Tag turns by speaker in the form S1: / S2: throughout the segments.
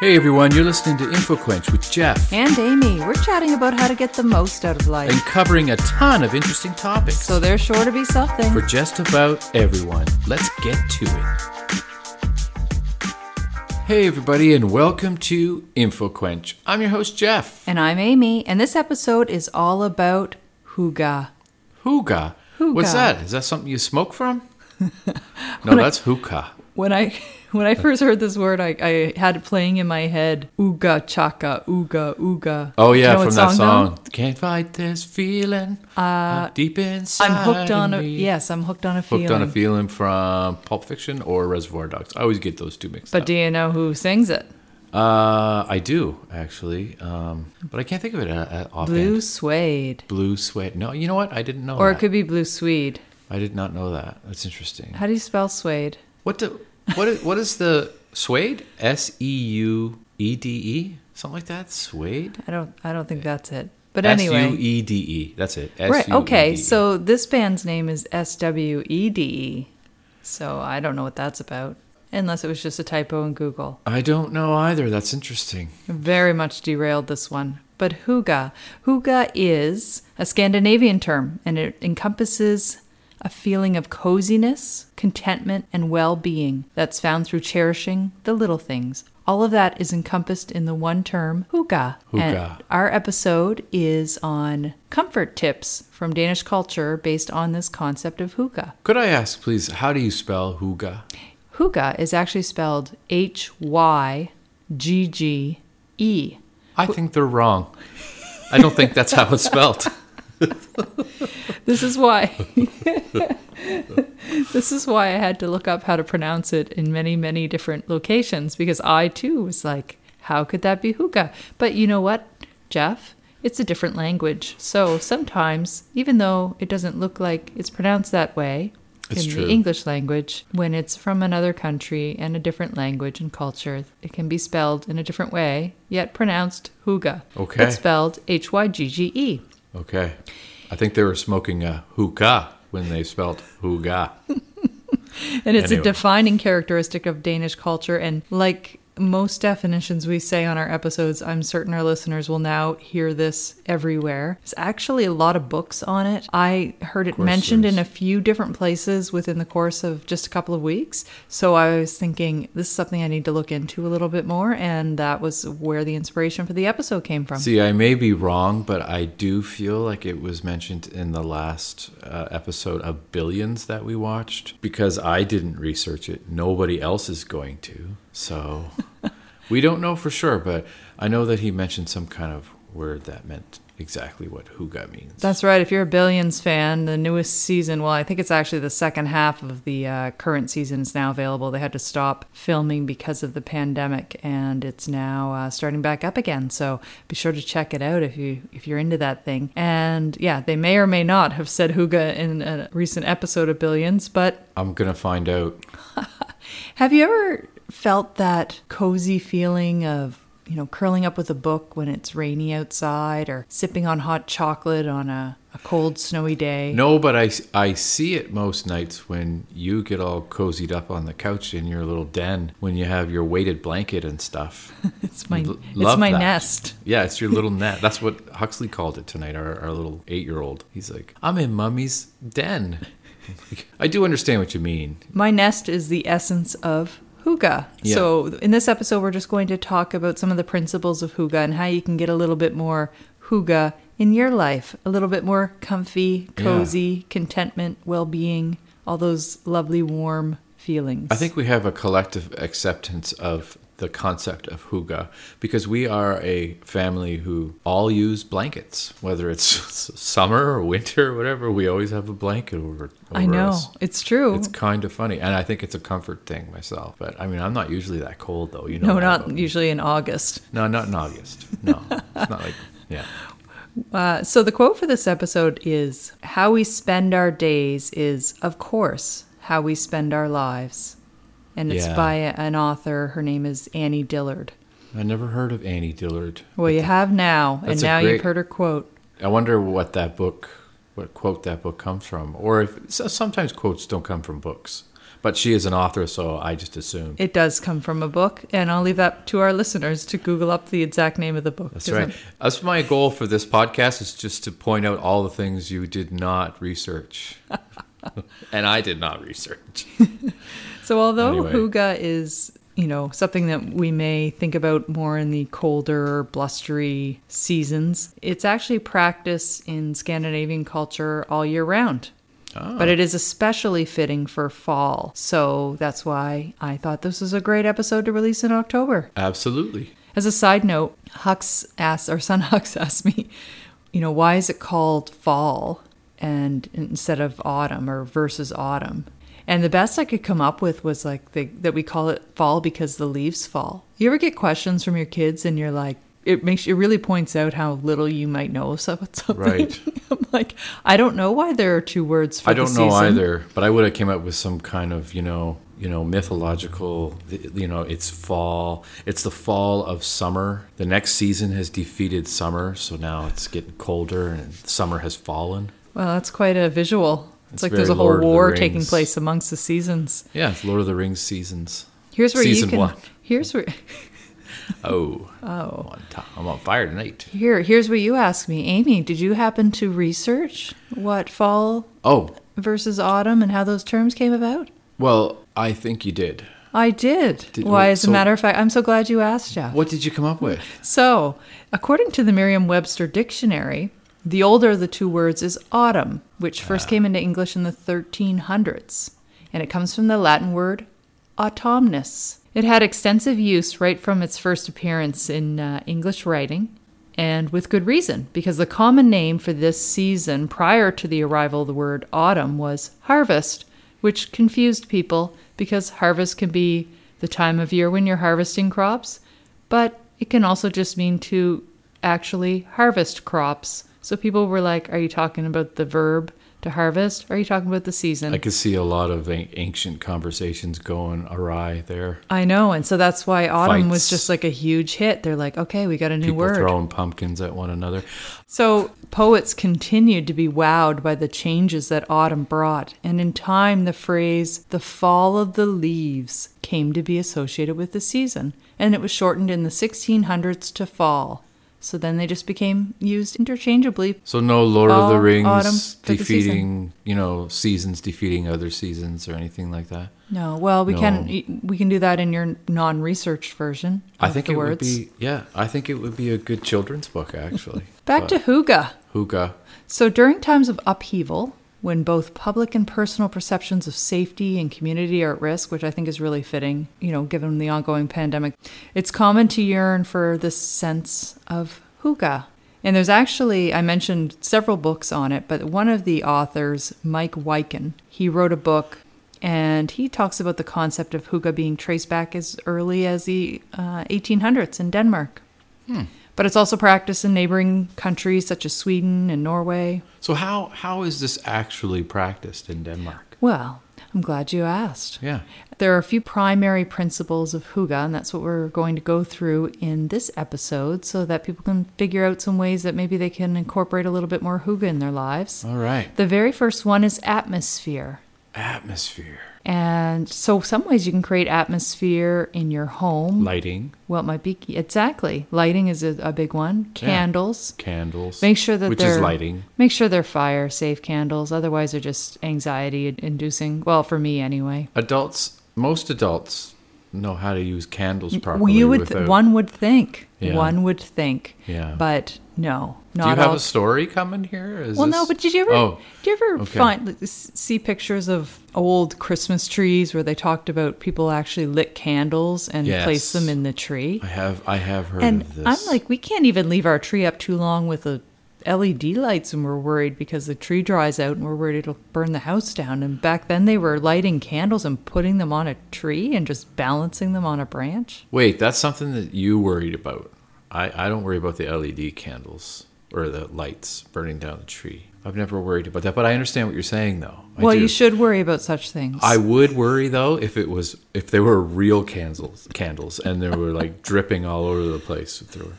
S1: Hey everyone, you're listening to InfoQuench with Jeff
S2: And Amy, we're chatting about how to get the most out of life.
S1: and covering a ton of interesting topics
S2: So there's sure to be something.
S1: for just about everyone. Let's get to it. Hey everybody, and welcome to InfoQuench. I'm your host, Jeff.
S2: and I'm Amy, and this episode is all about huga.
S1: Hookah. What's
S2: Hookah.
S1: that? Is that something you smoke from? no, that's hookah.
S2: When I when I first heard this word, I, I had it playing in my head. Uga chaka, uga uga.
S1: Oh yeah,
S2: You know what
S1: from that
S2: though?
S1: song. Can't fight this feeling uh, deep inside.
S2: I'm hooked on a
S1: me.
S2: yes, I'm hooked on a feeling.
S1: Hooked on a feeling from Pulp Fiction or Reservoir Dogs. I always get those two mixed
S2: But
S1: up.
S2: do you know who sings it?
S1: Uh, I do actually, um, but I can't think of it uh, uh, offhand.
S2: Blue suede,
S1: Blue sweat. No, you know what? I didn't know.
S2: or it
S1: that.
S2: could be blue swede.
S1: I did not know that. That's interesting.
S2: How do you spell suede?
S1: What do? What is? What is the suede? S e u e d e something like that. Suede.
S2: I don't I don't think that's it. But anyway,
S1: S u e d e. That's it. E
S2: Right. Okay.
S1: S-U-E-D-E.
S2: So this band's name is S W E D E. So I don't know what that's about, unless it was just a typo in Google.
S1: I don't know either. That's interesting.
S2: Very much derailed this one. But huga, huga is a Scandinavian term, and it encompasses a feeling of coziness, contentment, and well-being that's found through cherishing the little things. All of that is encompassed in the one term huga.
S1: Huga.
S2: And our episode is on comfort tips from Danish culture based on this concept of huga.
S1: Could I ask, please, how do you spell hookah?
S2: Huga is actually spelled H Y G G E.
S1: I think they're wrong. I don't think that's how it's spelled.
S2: This is why. this is why I had to look up how to pronounce it in many, many different locations because I too was like, how could that be hookah? But you know what, Jeff? It's a different language. So sometimes, even though it doesn't look like it's pronounced that way
S1: It's
S2: in
S1: true.
S2: the English language, when it's from another country and a different language and culture, it can be spelled in a different way, yet pronounced hookah.
S1: Okay.
S2: It's spelled H Y G G E.
S1: Okay. I think they were smoking a hookah when they spelled hookah.
S2: And it's
S1: Anyway.
S2: a defining characteristic of Danish culture. And like most definitions we say on our episodes, I'm certain our listeners will now hear this everywhere. There's actually a lot of books on it. I heard it
S1: course
S2: mentioned
S1: there is.
S2: in a few different places within the course of just a couple of weeks. So I was thinking, this is something I need to look into a little bit more. And that was where the inspiration for the episode came from.
S1: See, I may be wrong, but I do feel like it was mentioned in the last uh, episode of Billions that we watched because I didn't research it. Nobody else is going to. So we don't know for sure, but I know that he mentioned some kind of word that meant exactly what hookah means.
S2: That's right. If you're a Billions fan, the newest season, well, I think it's actually the second half of the uh, current season is now available. They had to stop filming because of the pandemic, and it's now uh, starting back up again. So be sure to check it out if you if you're into that thing. And yeah, they may or may not have said "huga" in a recent episode of Billions, but
S1: I'm going to find out.
S2: have you ever felt that cozy feeling of you know curling up with a book when it's rainy outside, or sipping on hot chocolate on a, a cold snowy day?
S1: No, but I, I see it most nights when you get all cozied up on the couch in your little den when you have your weighted blanket and stuff.
S2: It's my
S1: L-
S2: it's
S1: love
S2: my
S1: that.
S2: nest.
S1: Yeah, it's your little net. That's what Huxley called it tonight, our, our little eight year old. He's like, I'm in mummy's den. Like, I do understand what you mean.
S2: My nest is the essence of huga.
S1: Yeah.
S2: So in this episode we're just going to talk about some of the principles of huga and how you can get a little bit more huga in your life, a little bit more comfy,
S1: Yeah.
S2: cozy, contentment, well-being, all those lovely warm feelings.
S1: I think we have a collective acceptance of the concept of huga because we are a family who all use blankets, whether it's summer or winter or whatever. We always have a blanket over. over
S2: I know.
S1: Us.
S2: It's true.
S1: It's kind of funny, and I think it's a comfort thing myself. But I mean, I'm not usually that cold, though. You know,
S2: no,
S1: that
S2: not
S1: about me.
S2: usually in August.
S1: no, not in August. No, it's not like yeah.
S2: Uh, so the quote for this episode is How we spend our days is, of course, how we spend our lives. And it's
S1: Yeah.
S2: by an author. Her name is Annie Dillard.
S1: I never heard of Annie Dillard.
S2: Well, you have now, and
S1: That's a
S2: now
S1: great-
S2: you've heard her quote.
S1: I wonder what that book, what quote that book comes from, or if so sometimes quotes don't come from books. But she is an author, so I just assumed.
S2: It does come from a book, and I'll leave that to our listeners to Google up the exact name of the book.
S1: That's
S2: Doesn't-
S1: right. That's my goal for this podcast is just to point out all the things you did not research. and I did not research.
S2: So although
S1: Anyway.
S2: huga is you know something that we may think about more in the colder, blustery seasons, it's actually practice in Scandinavian culture all year round. But it is especially fitting for fall. So that's why I thought this was a great episode to release in October.
S1: Absolutely.
S2: As a side note, Hux asked, or son Hux asked me, you know, why is it called fall and instead of autumn or versus autumn? And the best I could come up with was like the, that we call it fall because the leaves fall. You ever get questions from your kids and you're like, it makes it really points out how little you might know of so- something.
S1: Right.
S2: I'm like, I don't know why there are two words for
S1: I
S2: the
S1: don't know
S2: season.
S1: either, but I would have came up with some kind of, you know, you know, mythological, you know, it's fall. It's the fall of summer. The next season has defeated summer, so now it's getting colder and summer has fallen.
S2: Well, that's quite a visual. It's
S1: It's
S2: like there's
S1: very
S2: a whole
S1: Lord of the
S2: war taking
S1: Rings.
S2: place amongst the seasons.
S1: Yeah, it's Lord of the Rings seasons.
S2: Here's where
S1: Season
S2: you can.
S1: one.
S2: Here's where.
S1: Oh. Oh. I'm on, top. I'm on fire tonight.
S2: Here, here's what you asked me, Amy. Did you happen to research what fall
S1: Oh,
S2: versus autumn and how those terms came about?
S1: well, I think you did.
S2: I did.
S1: Did-
S2: Why,
S1: well,
S2: as a
S1: so-
S2: matter of fact, I'm so glad you asked, Jeff.
S1: What did you come up with?
S2: So, according to the Merriam Webster dictionary, the older of the two words is autumn, which first came into English in the 1300s, and it comes from the Latin word autumnus. It had extensive use right from its first appearance in uh, English writing, and with good reason, because the common name for this season prior to the arrival of the word autumn was harvest, which confused people because harvest can be the time of year when you're harvesting crops, but it can also just mean to actually harvest crops. So people were like, are you talking about the verb to harvest? Are you talking about the season?
S1: I could see a lot of an- ancient conversations going awry there.
S2: I know. And so that's why autumn was
S1: Fights.
S2: just like a huge hit. They're like, okay, we got a new
S1: People
S2: word.
S1: throwing pumpkins at one another.
S2: So poets continued to be wowed by the changes that autumn brought, and in time the phrase the fall of the leaves came to be associated with the season, and it was shortened in the 1600s to fall. So then they just became used interchangeably.
S1: So no Lord of the
S2: Fall,
S1: Rings
S2: autumn for the season.
S1: defeating, you know, seasons defeating other seasons or anything like that.
S2: No, well, we can
S1: No.
S2: we can do that in your non-researched version.
S1: I
S2: of
S1: think
S2: the
S1: it
S2: words.
S1: would be yeah, I think it would be a good children's book actually.
S2: back to Huga.
S1: Hookah.
S2: So, during times of upheaval, when both public and personal perceptions of safety and community are at risk, which I think is really fitting, you know, given the ongoing pandemic, it's common to yearn for this sense of hookah. And there's actually, I mentioned several books on it, but one of the authors, Mike Wyken, he wrote a book and he talks about the concept of hookah being traced back as early as the uh, 1800s in Denmark. But it's also practiced in neighboring countries such as Sweden and Norway.
S1: So how how is this actually practiced in Denmark?
S2: Well, I'm glad you asked.
S1: Yeah.
S2: There are a few primary principles of huga, and that's what we're going to go through in this episode so that people can figure out some ways that maybe they can incorporate a little bit more huga in their lives.
S1: All right.
S2: The very first one is atmosphere.
S1: Atmosphere.
S2: And so, some ways you can create atmosphere in your home.
S1: Lighting,
S2: Well, it might be exactly lighting is a, a big one. Candles,
S1: candles.
S2: Make sure that
S1: which
S2: they're
S1: is lighting.
S2: Make sure they're fire safe candles. Otherwise, they're just anxiety inducing. Well, for me anyway.
S1: Adults most adults know how to use candles properly.
S2: Well, you would
S1: without-
S2: one would think
S1: Yeah.
S2: one would think.
S1: Yeah.
S2: But no,
S1: Do you
S2: not
S1: have
S2: all.
S1: a story coming here? Is
S2: well,
S1: this-
S2: no, but did you ever
S1: Oh,
S2: did you ever
S1: okay.
S2: find like, s- see pictures of old Christmas trees where they talked about people actually lit candles and placed them
S1: Yes.
S2: in the tree?
S1: I have I have heard
S2: And
S1: of this.
S2: I'm like, we can't even leave our tree up too long with the LED lights, and we're worried because the tree dries out, and we're worried it'll burn the house down. And back then, they were lighting candles and putting them on a tree and just balancing them on a branch.
S1: Wait, that's something that you worried about. I, I don't worry about the LED candles or the lights burning down the tree. I've never worried about that, but I understand what you're saying though. I
S2: well,
S1: do.
S2: you should worry about such things.
S1: I would worry though if it was if they were real candles candles and they were like dripping all over the place through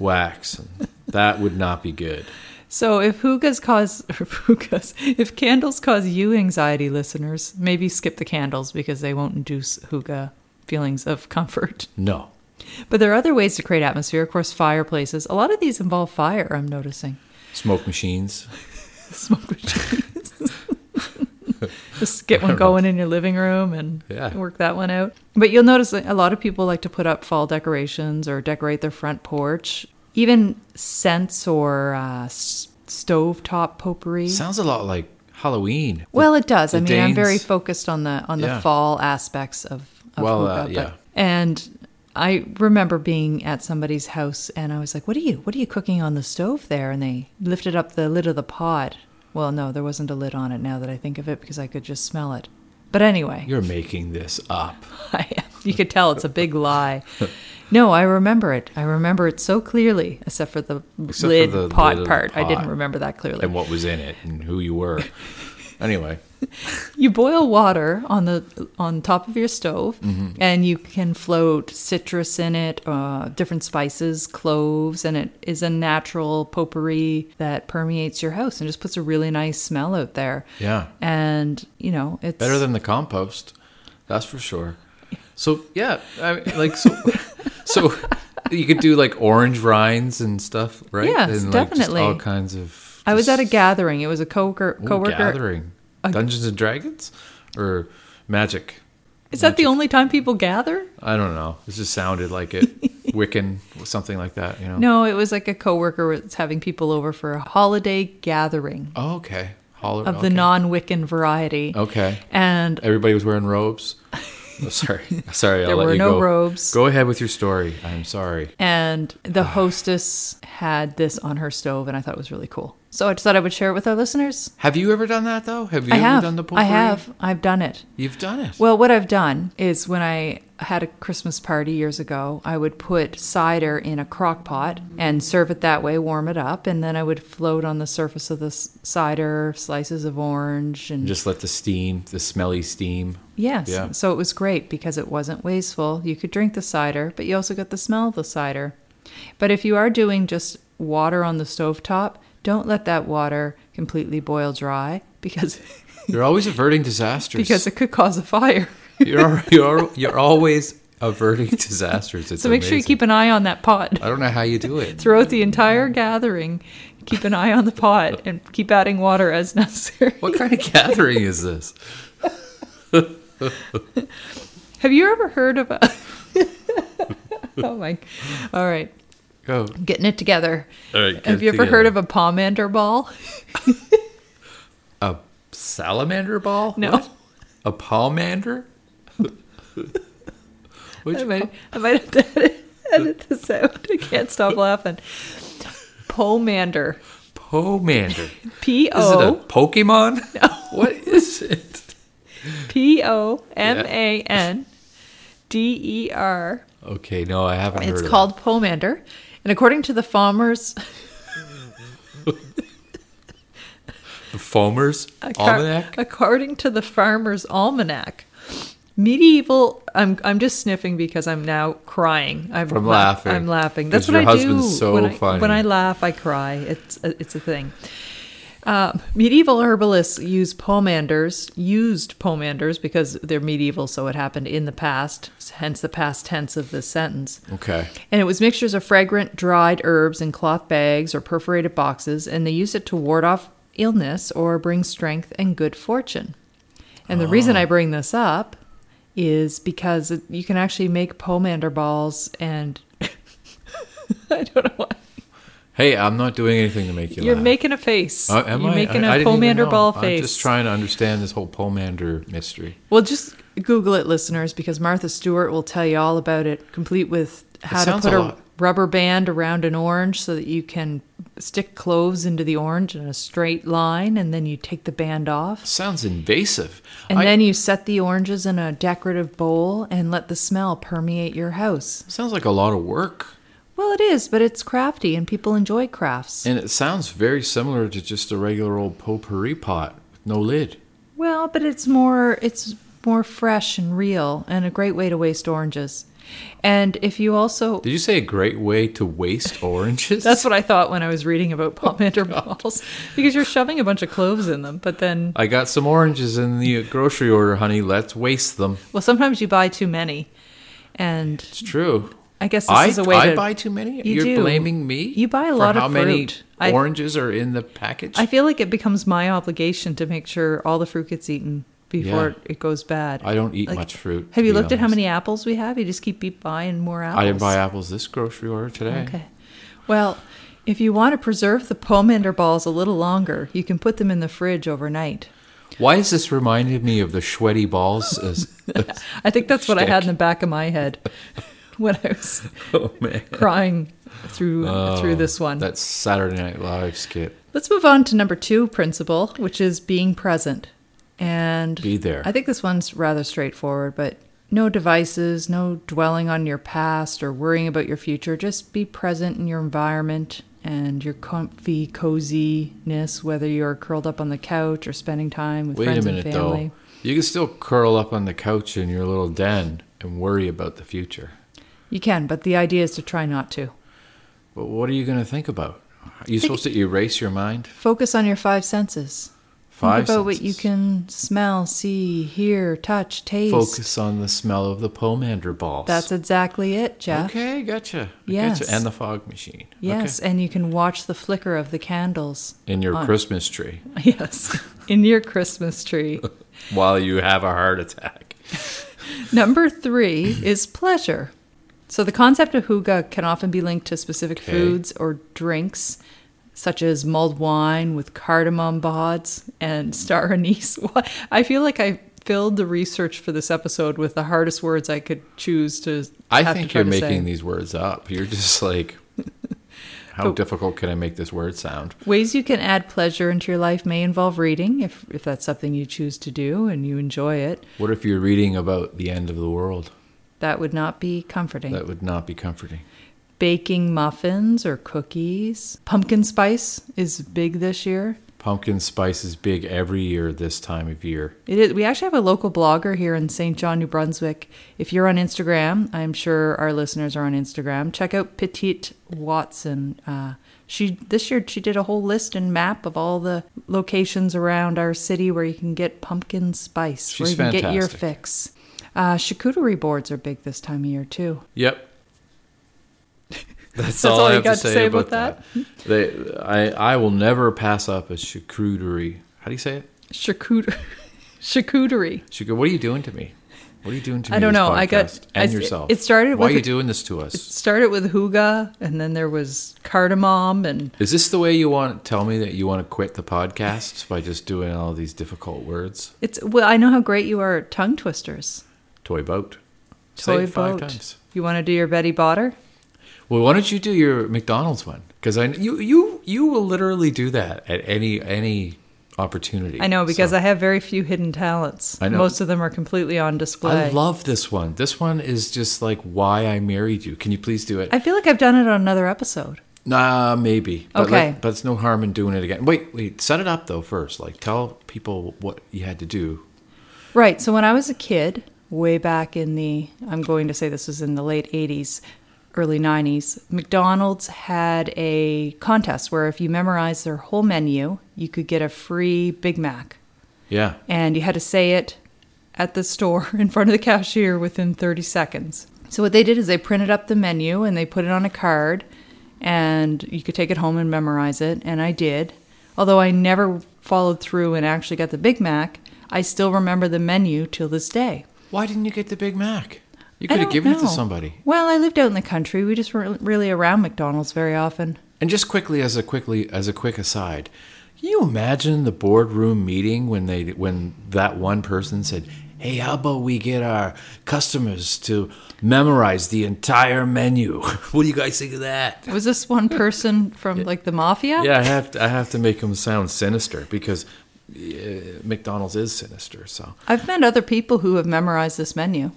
S1: wax and that would not be good.
S2: So if hookahs cause or hookahs, if candles cause you anxiety, listeners, maybe skip the candles because they won't induce hookah feelings of comfort.
S1: No.
S2: But there are other ways to create atmosphere. Of course, fireplaces. A lot of these involve fire. I'm noticing
S1: Smoke machines.
S2: smoke machines. Just get one going in your living room and
S1: Yeah.
S2: work that one out. But you'll notice that a lot of people like to put up fall decorations or decorate their front porch, even scents or uh, s- stovetop potpourri.
S1: Sounds a lot like Halloween.
S2: Well, it does. I
S1: the
S2: mean, I'm very
S1: Danes.
S2: focused on the on the
S1: Yeah.
S2: fall aspects of, of
S1: Well, uh,
S2: hookah, but-
S1: yeah.
S2: and I remember being at somebody's house, and I was like, "What are you? What are you cooking on the stove there?" And they lifted up the lid of the pot. Well, no, there wasn't a lid on it. Now that I think of it, because I could just smell it. But anyway,
S1: You're making this up.
S2: I, you could tell it's a big lie. No, I remember it. I remember it so clearly, except for the
S1: Except for
S2: lid
S1: the
S2: pot
S1: lid of the
S2: part. I didn't
S1: pot.
S2: remember that clearly.
S1: And what was in it and who you were. Anyway,
S2: you boil water on the on top of your stove
S1: Mm-hmm.
S2: and you can float citrus in it uh, different spices cloves and it is a natural potpourri that permeates your house and just puts a really nice smell out there
S1: yeah.
S2: and you know it's
S1: Better than the compost, that's for sure. So yeah, I mean, like so, so you could do like orange rinds and stuff, right?
S2: Yes,
S1: and, like,
S2: definitely.
S1: Just all kinds of.
S2: i was
S1: just-
S2: at a gathering it was a coworker
S1: Ooh,
S2: coworker
S1: gathering Dungeons and Dragons or magic. Oh.
S2: is that the only time people gather
S1: I don't know. It just sounded like it Wiccan, something like that. You know.
S2: no it was like a coworker was having people over for a holiday gathering
S1: Oh, okay. Holler
S2: of
S1: okay.
S2: the non-wiccan variety
S1: Okay.
S2: and
S1: Everybody was wearing robes. Oh, sorry, sorry. I'll
S2: There
S1: let
S2: were
S1: you
S2: no
S1: go.
S2: robes.
S1: Go ahead with your story. I'm sorry.
S2: And the hostess had this on her stove, and I thought it was really cool. So I just thought I would share it with our listeners.
S1: Have you ever done that though? Have you
S2: I
S1: ever
S2: have.
S1: done the
S2: I
S1: potpourri?
S2: have. I've done it.
S1: You've done it.
S2: Well, what I've done is when I had a Christmas party years ago, I would put cider in a crock pot and serve it that way, warm it up, and then I would float on the surface of the s- cider slices of orange and
S1: Just let the steam, the smelly steam.
S2: Yes.
S1: Yeah.
S2: So it was great because it wasn't wasteful. You could drink the cider, but you also got the smell of the cider. But if you are doing just water on the stovetop, don't let that water completely boil dry because
S1: You're always averting disasters.
S2: because it could cause a fire.
S1: you're al- you're al- you're always averting disasters. It's
S2: So make sure you
S1: amazing.
S2: keep an eye on that pot
S1: I don't know how you do it.
S2: throughout the entire gathering. Keep an eye on the pot and keep adding water as necessary.
S1: What kind of gathering is this?
S2: Have you ever heard of a Oh my. All right.
S1: Go.
S2: Getting it together.
S1: All right.
S2: Have you ever heard of a pomander ball?
S1: a salamander ball?
S2: No.
S1: What? A palmander? Which
S2: I might, I might have to edit, edit this out. I can't stop laughing. Pomander.
S1: pomander?
S2: P
S1: Is it a
S2: O
S1: Pokemon? No. What is it?
S2: P O M A N D E R.
S1: Okay, no, I haven't heard
S2: It's
S1: of
S2: called Pomander. And according to the farmers,
S1: the Foamers
S2: acor-
S1: Almanac.
S2: according to the farmer's almanac, medieval. I'm I'm just sniffing because I'm now crying. I'm
S1: From
S2: la-
S1: laughing.
S2: I'm laughing.
S1: 'Cause
S2: That's what
S1: your
S2: I
S1: husband's
S2: do.
S1: so
S2: when, I,
S1: funny.
S2: when I laugh, I cry. It's a, it's a thing. Um, medieval herbalists use pomanders, used pomanders because they're medieval, so it happened in the past, hence the past tense of this sentence.
S1: Okay.
S2: And it was mixtures of fragrant, dried herbs in cloth bags or perforated boxes, and they used it to ward off illness or bring strength and good fortune. And the
S1: Ah.
S2: reason I bring this up is because it- you can actually make pomander balls, and I don't know why.
S1: Hey, I'm not doing anything to make you
S2: You're
S1: laugh.
S2: making a face.
S1: Oh, am
S2: You're
S1: I?
S2: making a
S1: I- I didn't even
S2: pomander
S1: know.
S2: ball
S1: I'm just
S2: face.
S1: trying to understand this whole pomander mystery.
S2: well, just Google it, listeners, because Martha Stewart will tell you all about it, complete with how to
S1: sounds
S2: put
S1: a
S2: a,
S1: lot.
S2: rubber band around an orange so that you can stick cloves into the orange in a straight line, and then you take the band off.
S1: Sounds invasive.
S2: And
S1: I-
S2: then you set the oranges in a decorative bowl and let the smell permeate your house.
S1: sounds like a lot of work.
S2: Well, it is, but it's crafty and people enjoy crafts.
S1: And it sounds very similar to just a regular old potpourri pot with no lid.
S2: Well, but it's more it's more fresh and real and a great way to waste oranges. And if you also
S1: Did you say a great way to waste oranges?
S2: That's what I thought when I was reading
S1: Oh,
S2: about palmander balls because you're shoving a bunch of cloves in them, but then
S1: I got some oranges in the grocery order, honey. Let's waste them.
S2: well sometimes you buy too many. And
S1: It's true.
S2: I guess this
S1: I,
S2: is a way
S1: I
S2: to
S1: buy too many.
S2: You
S1: You're
S2: do.
S1: blaming me.
S2: You buy a
S1: for
S2: lot of
S1: how many
S2: fruit. I-
S1: oranges are in the package?
S2: I feel like it becomes my obligation to make sure all the fruit gets eaten before
S1: Yeah.
S2: it- it goes bad.
S1: I don't eat
S2: Like,
S1: much fruit.
S2: Have
S1: to
S2: you
S1: be
S2: looked at how
S1: honest.
S2: many apples we have? You just keep be- buying more apples.
S1: I didn't buy apples this grocery order today.
S2: Okay. Well, if you want to preserve the pomander balls a little longer, you can put them in the fridge overnight.
S1: Why is this reminding me of the sweaty balls? as-
S2: I think that's what I had
S1: Shtick.
S2: in the back of my head when I was
S1: oh man,
S2: crying through through this one.
S1: Oh, that Saturday Night Live skit.
S2: Let's move on to number two principle, which is being present. And
S1: Be there.
S2: I think this one's rather straightforward, but no devices, no dwelling on your past or worrying about your future. Just be present in your environment and your comfy coziness, whether you're curled up on the couch or spending time with
S1: Wait a
S2: friends
S1: minute
S2: and
S1: though.
S2: family.
S1: You can still curl up on the couch in your little den and worry about the future.
S2: You can, but the idea is to try not to.
S1: But what are you going to think about? Are you supposed to erase your mind?
S2: Focus on your five senses.
S1: Five
S2: Think about what you
S1: senses.
S2: can smell, see, hear, touch, taste.
S1: Focus on the smell of the pomander balls.
S2: That's exactly it, Jeff.
S1: Okay, gotcha. I
S2: Yes.
S1: Gotcha. And the fog machine.
S2: Yes, and you can watch the flicker of the candles.
S1: Okay. In your
S2: on-
S1: Christmas tree
S2: Yes, in your Christmas tree.
S1: while you have a heart attack.
S2: Number three is pleasure. So the concept of huga can often be linked to specific
S1: Okay.
S2: foods or drinks, such as mulled wine with cardamom bods and star anise. What- I feel like I filled the research for this episode with the hardest words I could choose to.
S1: I
S2: have to
S1: think
S2: try
S1: you're
S2: to say.
S1: making these words up. You're just like, how
S2: But-
S1: difficult can I make this word sound?
S2: Ways you can add pleasure into your life may involve reading, if, if that's something you choose to do and you enjoy it.
S1: What if you're reading about the end of the world?
S2: That would not be comforting.
S1: That would not be comforting.
S2: Baking muffins or cookies. Pumpkin spice is big this year.
S1: Pumpkin spice is big every year this time of year.
S2: It is, we actually have a local blogger here in St. John, New Brunswick. If you're on Instagram, I'm sure our listeners are on Instagram. Check out Petite Watson. Uh, she this year she did a whole list and map of all the locations around our city where you can get pumpkin spice,
S1: She's
S2: where you can get your
S1: fantastic.
S2: fix. Uh, charcuterie boards are big this time of year too.
S1: Yep. That's,
S2: That's
S1: all,
S2: all
S1: I
S2: you
S1: have
S2: got
S1: to say, about, that. They, I, I will never pass up a charcuterie. How do you say it?
S2: Charcuterie, charcuterie.
S1: She go, what are you doing to me? What are you doing to me?
S2: I don't
S1: this
S2: know. I got-
S1: podcast?
S2: I
S1: and
S2: s-
S1: yourself.
S2: it started
S1: Why
S2: with
S1: are you
S2: a-
S1: doing this to us?
S2: Started with huga, and then there was cardamom and
S1: Is this the way you want? Tell me that you want to quit the podcast by just doing all these difficult words.
S2: It's well, I know how great you are at tongue twisters.
S1: Toy boat. Say
S2: Toy
S1: it five
S2: boat.
S1: times.
S2: You want to do your Betty Botter?
S1: Well, why don't you do your McDonald's one? Because I you you you will literally do that at any any opportunity.
S2: I know because
S1: So-
S2: I have very few hidden talents.
S1: I know.
S2: Most of them are completely on display.
S1: I love this one. This one is just like why I married you. Can you please do it?
S2: I feel like I've done it on another episode.
S1: Nah, maybe. But
S2: Okay.
S1: let- but it's no harm in doing it again. Wait, wait. Set it up though first. Like tell people what you had to do.
S2: Right. So when I was a kid, way back in the, I'm going to say this was in the late 80s, early 90s, McDonald's had a contest where if you memorized their whole menu, you could get a free Big Mac.
S1: Yeah.
S2: and you had to say it at the store in front of the cashier within 30 seconds. So what they did is they printed up the menu and they put it on a card and you could take it home and memorize it and I did. Although I never followed through and actually got the Big Mac, I still remember the menu till this day.
S1: Why didn't you get the Big Mac? You
S2: I
S1: could have
S2: don't
S1: given it to
S2: know.
S1: somebody.
S2: Well, I lived out in the country. We just weren't really around McDonald's very often.
S1: And just quickly as a quickly as a quick aside, can you imagine the boardroom meeting when they when that one person said, "Hey, how about we get our customers to memorize the entire menu?" what do you guys think of that?
S2: Was this one person from like the mafia?
S1: Yeah, I have to, I have to make them sound sinister because uh, McDonald's is sinister. So
S2: I've met other people who have memorized this menu.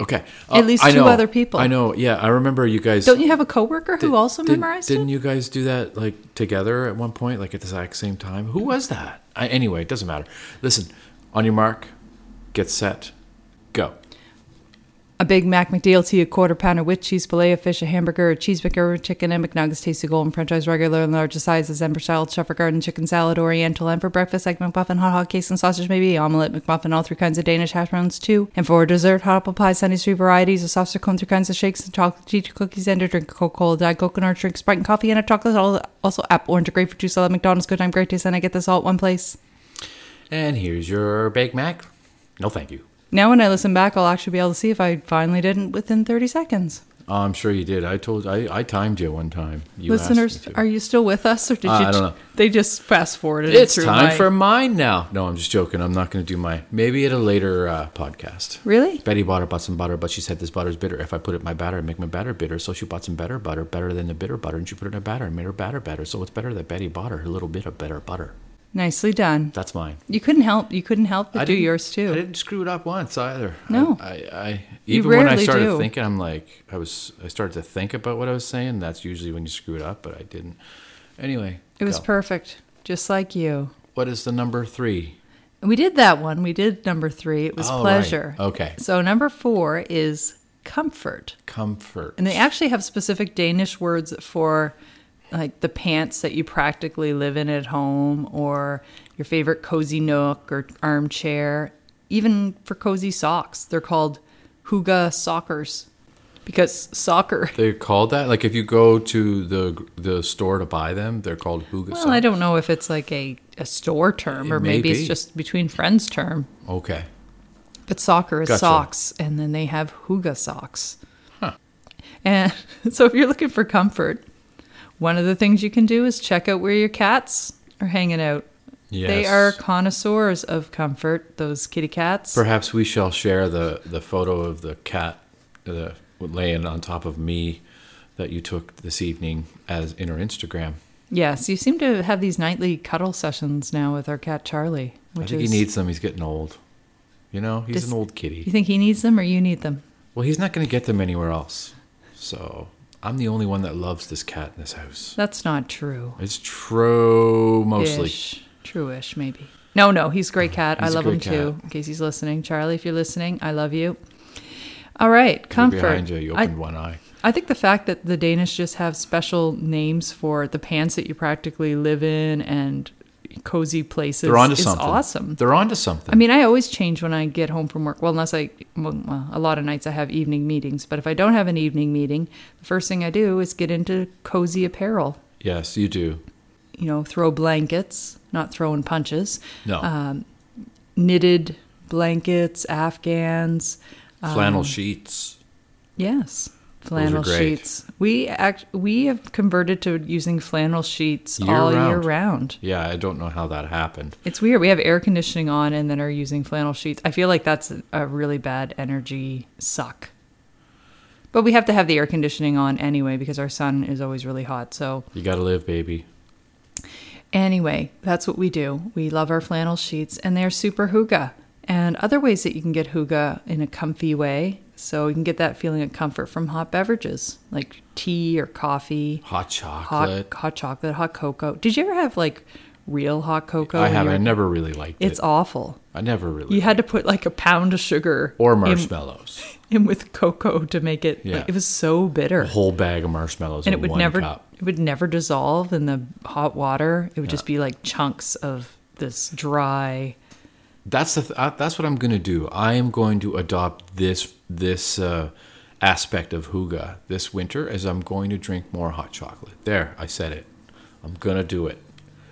S1: okay,
S2: At least
S1: I
S2: two
S1: know,
S2: other people.
S1: I know. Yeah, I remember you guys.
S2: Don't you have a coworker who
S1: Did-
S2: also
S1: did-
S2: memorized it?
S1: Didn't you guys do that like together at one point, like at the exact same time? Who was that? I, anyway, it doesn't matter. Listen, on your mark, get set, go.
S2: A Big Mac McDLT, a quarter pounder with cheese, filet of fish, a hamburger, a cheeseburger, chicken, and McNuggets, tasty golden french fries, regular and larger sizes, Ember style, Shuffer Garden, chicken salad, oriental, and for breakfast, egg McMuffin, hot hot cakes and sausage, maybe, omelette, McMuffin, all three kinds of Danish hash browns, too. And for dessert, hot apple pie, sunny sweet varieties, a soft cone, three kinds of shakes, and chocolate cheese cookies, and a drink of Coca Cola, Diet Coke, and orange drink, Sprite, and coffee, and a chocolate, all- also apple, orange, or grapefruit juice, salad, McDonald's, good time, great taste, and I get this all at one place.
S1: And here's your Big Mac. No, thank you.
S2: Now, when I listen back, I'll actually be able to see if I finally didn't within 30 seconds.
S1: Oh, I'm sure you did. I told I, I timed you one time. You asked me
S2: Listeners,
S1: to.
S2: are you still with us, or did
S1: Uh,
S2: you?
S1: I don't know.
S2: They just fast forwarded.
S1: it's
S2: through
S1: time
S2: my-
S1: for mine now. No, I'm just joking. I'm not going to do mine. Maybe at a later uh, podcast.
S2: really.
S1: Betty bought her bought some butter, but she said this butter is bitter. If I put it in my batter, I make my batter bitter. So she bought some better butter, better than the bitter butter, and she put it in her batter and made her batter better. So it's better that Betty bought her a little bit of better butter.
S2: Nicely done.
S1: That's mine.
S2: You couldn't help. You couldn't help but do
S1: didn't-
S2: yours
S1: I
S2: too.
S1: didn't screw it up once either.
S2: No.
S1: I, I, I
S2: You
S1: even when I
S2: rarely
S1: started
S2: do.
S1: thinking, I'm like, I was, I started to think about what I was saying. That's usually when you screw it up, but I didn't. Anyway,
S2: It was
S1: go.
S2: perfect, just like you.
S1: What is the number three?
S2: We did that one. We did number three. It was
S1: Oh, right.
S2: pleasure.
S1: Okay.
S2: So number four is comfort,
S1: Comfort.
S2: and they actually have specific Danish words for like the pants that you practically live in at home, or your favorite cozy nook or armchair. Even for cozy socks, they're called huga sockers because soccer.
S1: They're called that. Like if you go to the the store to buy them, they're called huga.
S2: Well, I don't know if it's like a, a store term
S1: It
S2: or
S1: may
S2: maybe
S1: be.
S2: it's just between friends term.
S1: Okay.
S2: But soccer is
S1: Gotcha.
S2: socks, and then they have huga socks. And so if you're looking for comfort, one of the things you can do is check out where your cats are hanging out. They
S1: Yes.
S2: are connoisseurs of comfort, those kitty cats.
S1: Perhaps we shall share the the photo of the cat uh, laying on top of me that you took this evening as in our Instagram.
S2: Yes, you seem to have these nightly cuddle sessions now with our cat Charlie,
S1: I
S2: which
S1: think
S2: is
S1: he needs them. He's getting old. You know, he's
S2: Does-
S1: an old
S2: You
S1: kitty.
S2: think he needs them or you need them?
S1: Well, he's not going to get them anywhere else. So I'm the only one that loves this cat in this house.
S2: That's not true.
S1: It's true, mostly.
S2: Ish. True-ish, maybe. No, no, he's a great cat.
S1: He's
S2: I
S1: a
S2: love him
S1: great
S2: too. In case he's listening, Charlie, if you're listening, I love you. All right,
S1: You're
S2: comfort.
S1: behind you. You
S2: I-
S1: opened one eye.
S2: I think the fact that the Danish just have special names for the pants that you practically live in and cozy places
S1: They're onto
S2: is
S1: something.
S2: awesome.
S1: They're onto something.
S2: I mean, I always change when I get home from work. Well, unless I, well, well, a lot of nights I have evening meetings. But if I don't have an evening meeting, the first thing I do is get into cozy apparel.
S1: yes, you do.
S2: You know, throw blankets, not throwing punches.
S1: No.
S2: uh, knitted blankets, afghans. um,
S1: Flannel sheets.
S2: Yes, flannel
S1: great.
S2: sheets. We act we have converted to using flannel sheets
S1: Year
S2: all year
S1: round.
S2: round.
S1: Yeah, I don't know how that happened.
S2: It's weird. We have air conditioning on and then are using flannel sheets. I feel like that's a really bad energy suck. But we have to have the air conditioning on anyway because our sun is always really hot. So
S1: You got to live, baby.
S2: Anyway, that's what we do. We love our flannel sheets and they're super huga. And other ways that you can get huga in a comfy way. So you can get that feeling of comfort from hot beverages like tea or coffee,
S1: Hot
S2: hot,
S1: chocolate.
S2: hot chocolate, hot cocoa. Did you ever have like real hot cocoa?
S1: I
S2: when you
S1: have.
S2: were-
S1: I never really liked
S2: It's
S1: it.
S2: awful.
S1: I never really.
S2: You had to put like a pound of sugar
S1: or
S2: in-
S1: marshmallows.
S2: in, with cocoa to make it.
S1: Yeah.
S2: Like, it was so bitter.
S1: A whole bag of marshmallows
S2: and
S1: in
S2: it would
S1: one
S2: never
S1: cup.
S2: it would never dissolve in the hot water. It would just be like chunks of this dry.
S1: That's the th- uh, that's what I'm going to do. I am going to adopt this this uh, aspect of huga this winter as I'm going to drink more hot chocolate. There, I said it. I'm going to do it.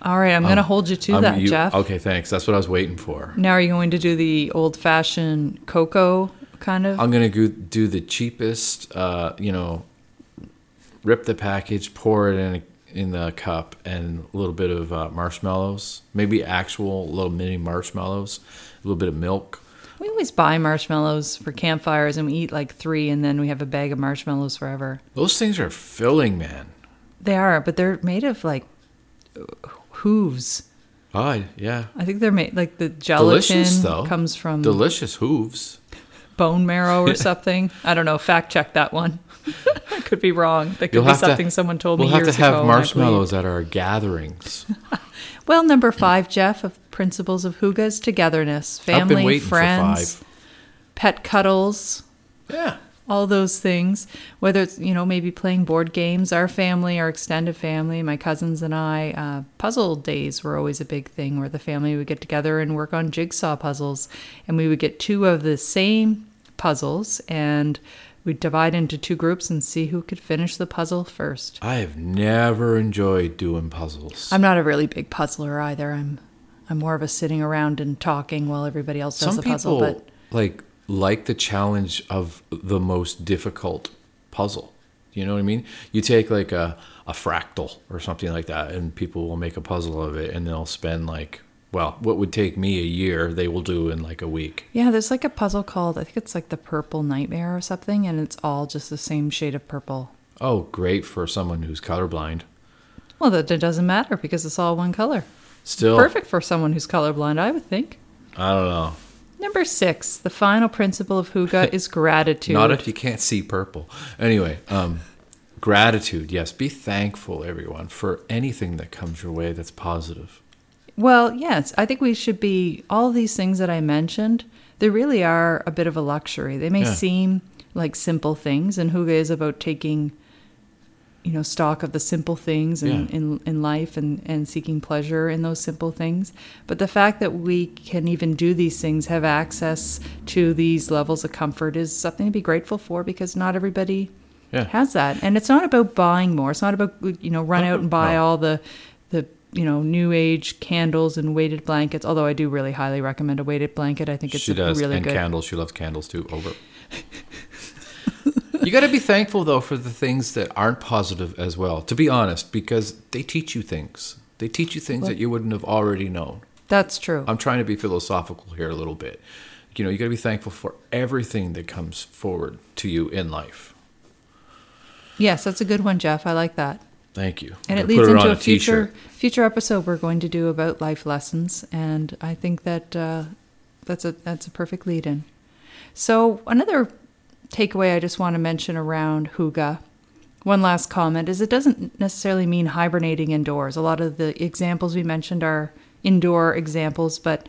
S2: All right, I'm going to hold you to
S1: I'm-
S2: that,
S1: Um, you-
S2: Jeff.
S1: Okay, thanks. That's what I was waiting for.
S2: Now are you going to do the old-fashioned cocoa kind of?
S1: I'm gonna go do the cheapest. Uh, you know, rip the package, pour it in a, in the cup, and a little bit of uh, marshmallows. Maybe actual little mini marshmallows. A little bit of milk.
S2: we always buy marshmallows for campfires and we eat like 3 and then we have a bag of marshmallows forever.
S1: Those things are filling, man.
S2: They are, but they're made of like hooves.
S1: Oh, yeah.
S2: I think they're made like the gelatin
S1: Delicious though.
S2: comes from
S1: delicious hooves.
S2: bone marrow or something. I don't know. Fact check that one. I could be wrong. That could be something someone told
S1: we'll
S2: me
S1: have
S2: years
S1: to have
S2: ago. and I believe-
S1: marshmallows at our gatherings.
S2: Well, number five, Jeff, of principles of hugas, togetherness,
S1: I've been
S2: family,
S1: waiting for
S2: friends,
S1: five.
S2: pet cuddles,
S1: Yeah.
S2: all those things whether it's you know maybe playing board games our family our extended family my cousins and i uh, puzzle days were always a big thing where the family would get together and work on jigsaw puzzles and we would get two of the same puzzles and we'd divide into two groups and see who could finish the puzzle first
S1: I have never enjoyed doing puzzles.
S2: i'm not a really big puzzler either i'm i'm more of a sitting around and talking while everybody else does
S1: Some
S2: the
S1: people
S2: puzzle but
S1: like like the challenge of the most difficult puzzle. You know what I mean? You take like a, a fractal or something like that, and people will make a puzzle of it, and they'll spend like, well, what would take me a year, they will do in like a week.
S2: Yeah, there's like a puzzle called I think it's like the Purple Nightmare or something, and it's all just the same shade of purple.
S1: Oh, great for someone who's colorblind.
S2: Well, that that doesn't matter because it's all one color.
S1: Still,
S2: Perfect for someone who's colorblind, I would think.
S1: I don't know.
S2: Number six, the final principle of Huga is gratitude.
S1: Not if you can't see purple. Anyway, um, gratitude. Yes, be thankful, everyone, for anything that comes your way that's positive.
S2: Well, yes, I think we should be all these things that I mentioned. They really are a bit of a luxury. They may
S1: Yeah.
S2: seem like simple things, and huga is about taking, you know, stock of the simple things in,
S1: Yeah.
S2: in in life and and seeking pleasure in those simple things. But the fact that we can even do these things, have access to these levels of comfort, is something to be grateful for because not everybody
S1: Yeah.
S2: has that. And it's not about buying more. It's not about you know run out and buy
S1: No.
S2: all the the you know new age candles and weighted blankets. Although I do really highly recommend a weighted blanket. I think it's
S1: she does,
S2: really
S1: and
S2: good.
S1: candles. She loves candles too. Over. you got to be thankful though for the things that aren't positive as well. To be honest, because they teach you things. They teach you things that you wouldn't have already known.
S2: That's true.
S1: I'm trying to be philosophical here a little bit. You know, you got to be thankful for everything that comes forward to you in life.
S2: yes, that's a good one, Jeff. I like that.
S1: Thank you.
S2: And
S1: I'm
S2: it
S1: gonna
S2: leads
S1: put
S2: into
S1: on
S2: a future
S1: t-shirt.
S2: future episode we're going to do about life lessons, and I think that uh, that's a that's a perfect lead in. So another takeaway I just want to mention around huga. One last comment is it doesn't necessarily mean hibernating indoors. A lot of the examples we mentioned are indoor examples, but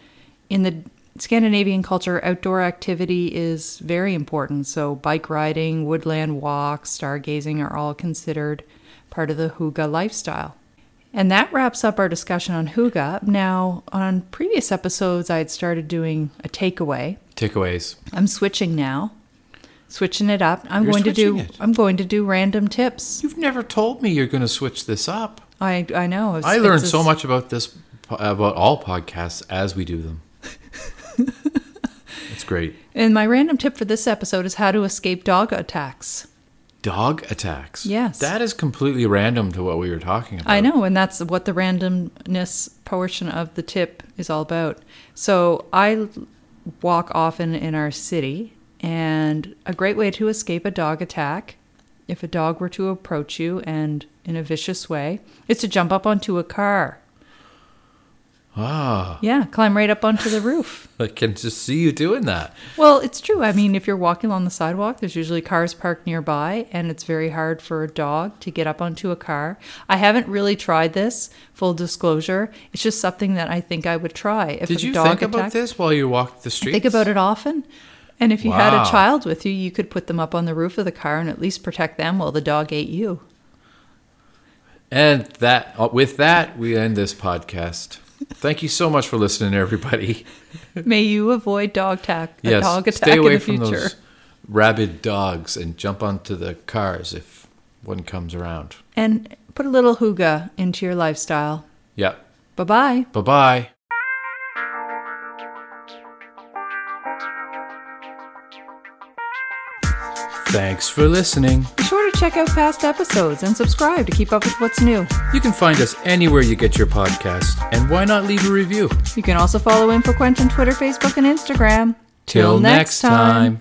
S2: in the Scandinavian culture, outdoor activity is very important. So, bike riding, woodland walks, stargazing are all considered part of the huga lifestyle. And that wraps up our discussion on huga. Now, on previous episodes, I had started doing a takeaway.
S1: Takeaways.
S2: I'm switching now, switching it up. I'm
S1: You're
S2: going to do.
S1: switching it.
S2: I'm going to do random tips.
S1: You've never told me you're going to switch this up.
S2: I I know. it's-
S1: I learned
S2: it's
S1: so
S2: a-
S1: much about this, po- about all podcasts as we do them. it's great.
S2: And my random tip for this episode is how to escape dog attacks.
S1: Dog attacks.
S2: Yes.
S1: That is completely random to what we were talking about.
S2: I know, and that's what the randomness portion of the tip is all about. So I l- walk often in our city, and a great way to escape a dog attack, if a dog were to approach you and in a vicious way, is to jump up onto a car.
S1: Ah,
S2: Yeah, climb right up onto the roof.
S1: I can just see you doing that.
S2: Well, it's true. I mean, if you're walking along the sidewalk, there's usually cars parked nearby, and it's very hard for a dog to get up onto a car. I haven't really tried this, full disclosure. It's just something that I think I would try. If
S1: Did
S2: a
S1: you
S2: dog
S1: think about
S2: attacked-
S1: this while you walked the streets?
S2: Think about it often. And if you had
S1: Wow.
S2: a child with you, you could put them up on the roof of the car and at least protect them while the dog ate you.
S1: And that, uh, with that, we end this podcast. Thank you so much for listening, everybody.
S2: May you avoid dog attack, a
S1: yes,
S2: dog attack
S1: stay away
S2: in the
S1: from
S2: future.
S1: those rabid dogs and jump onto the cars if one comes around.
S2: And put a little huga into your lifestyle.
S1: Yep.
S2: Bye bye.
S1: Bye bye. Thanks for listening.
S2: Be sure to check out past episodes and subscribe to keep up with what's new.
S1: You can find us anywhere you get your podcast, and why not leave a review?
S2: You can also follow InfoQuench on Twitter, Facebook, and Instagram.
S1: Till next time.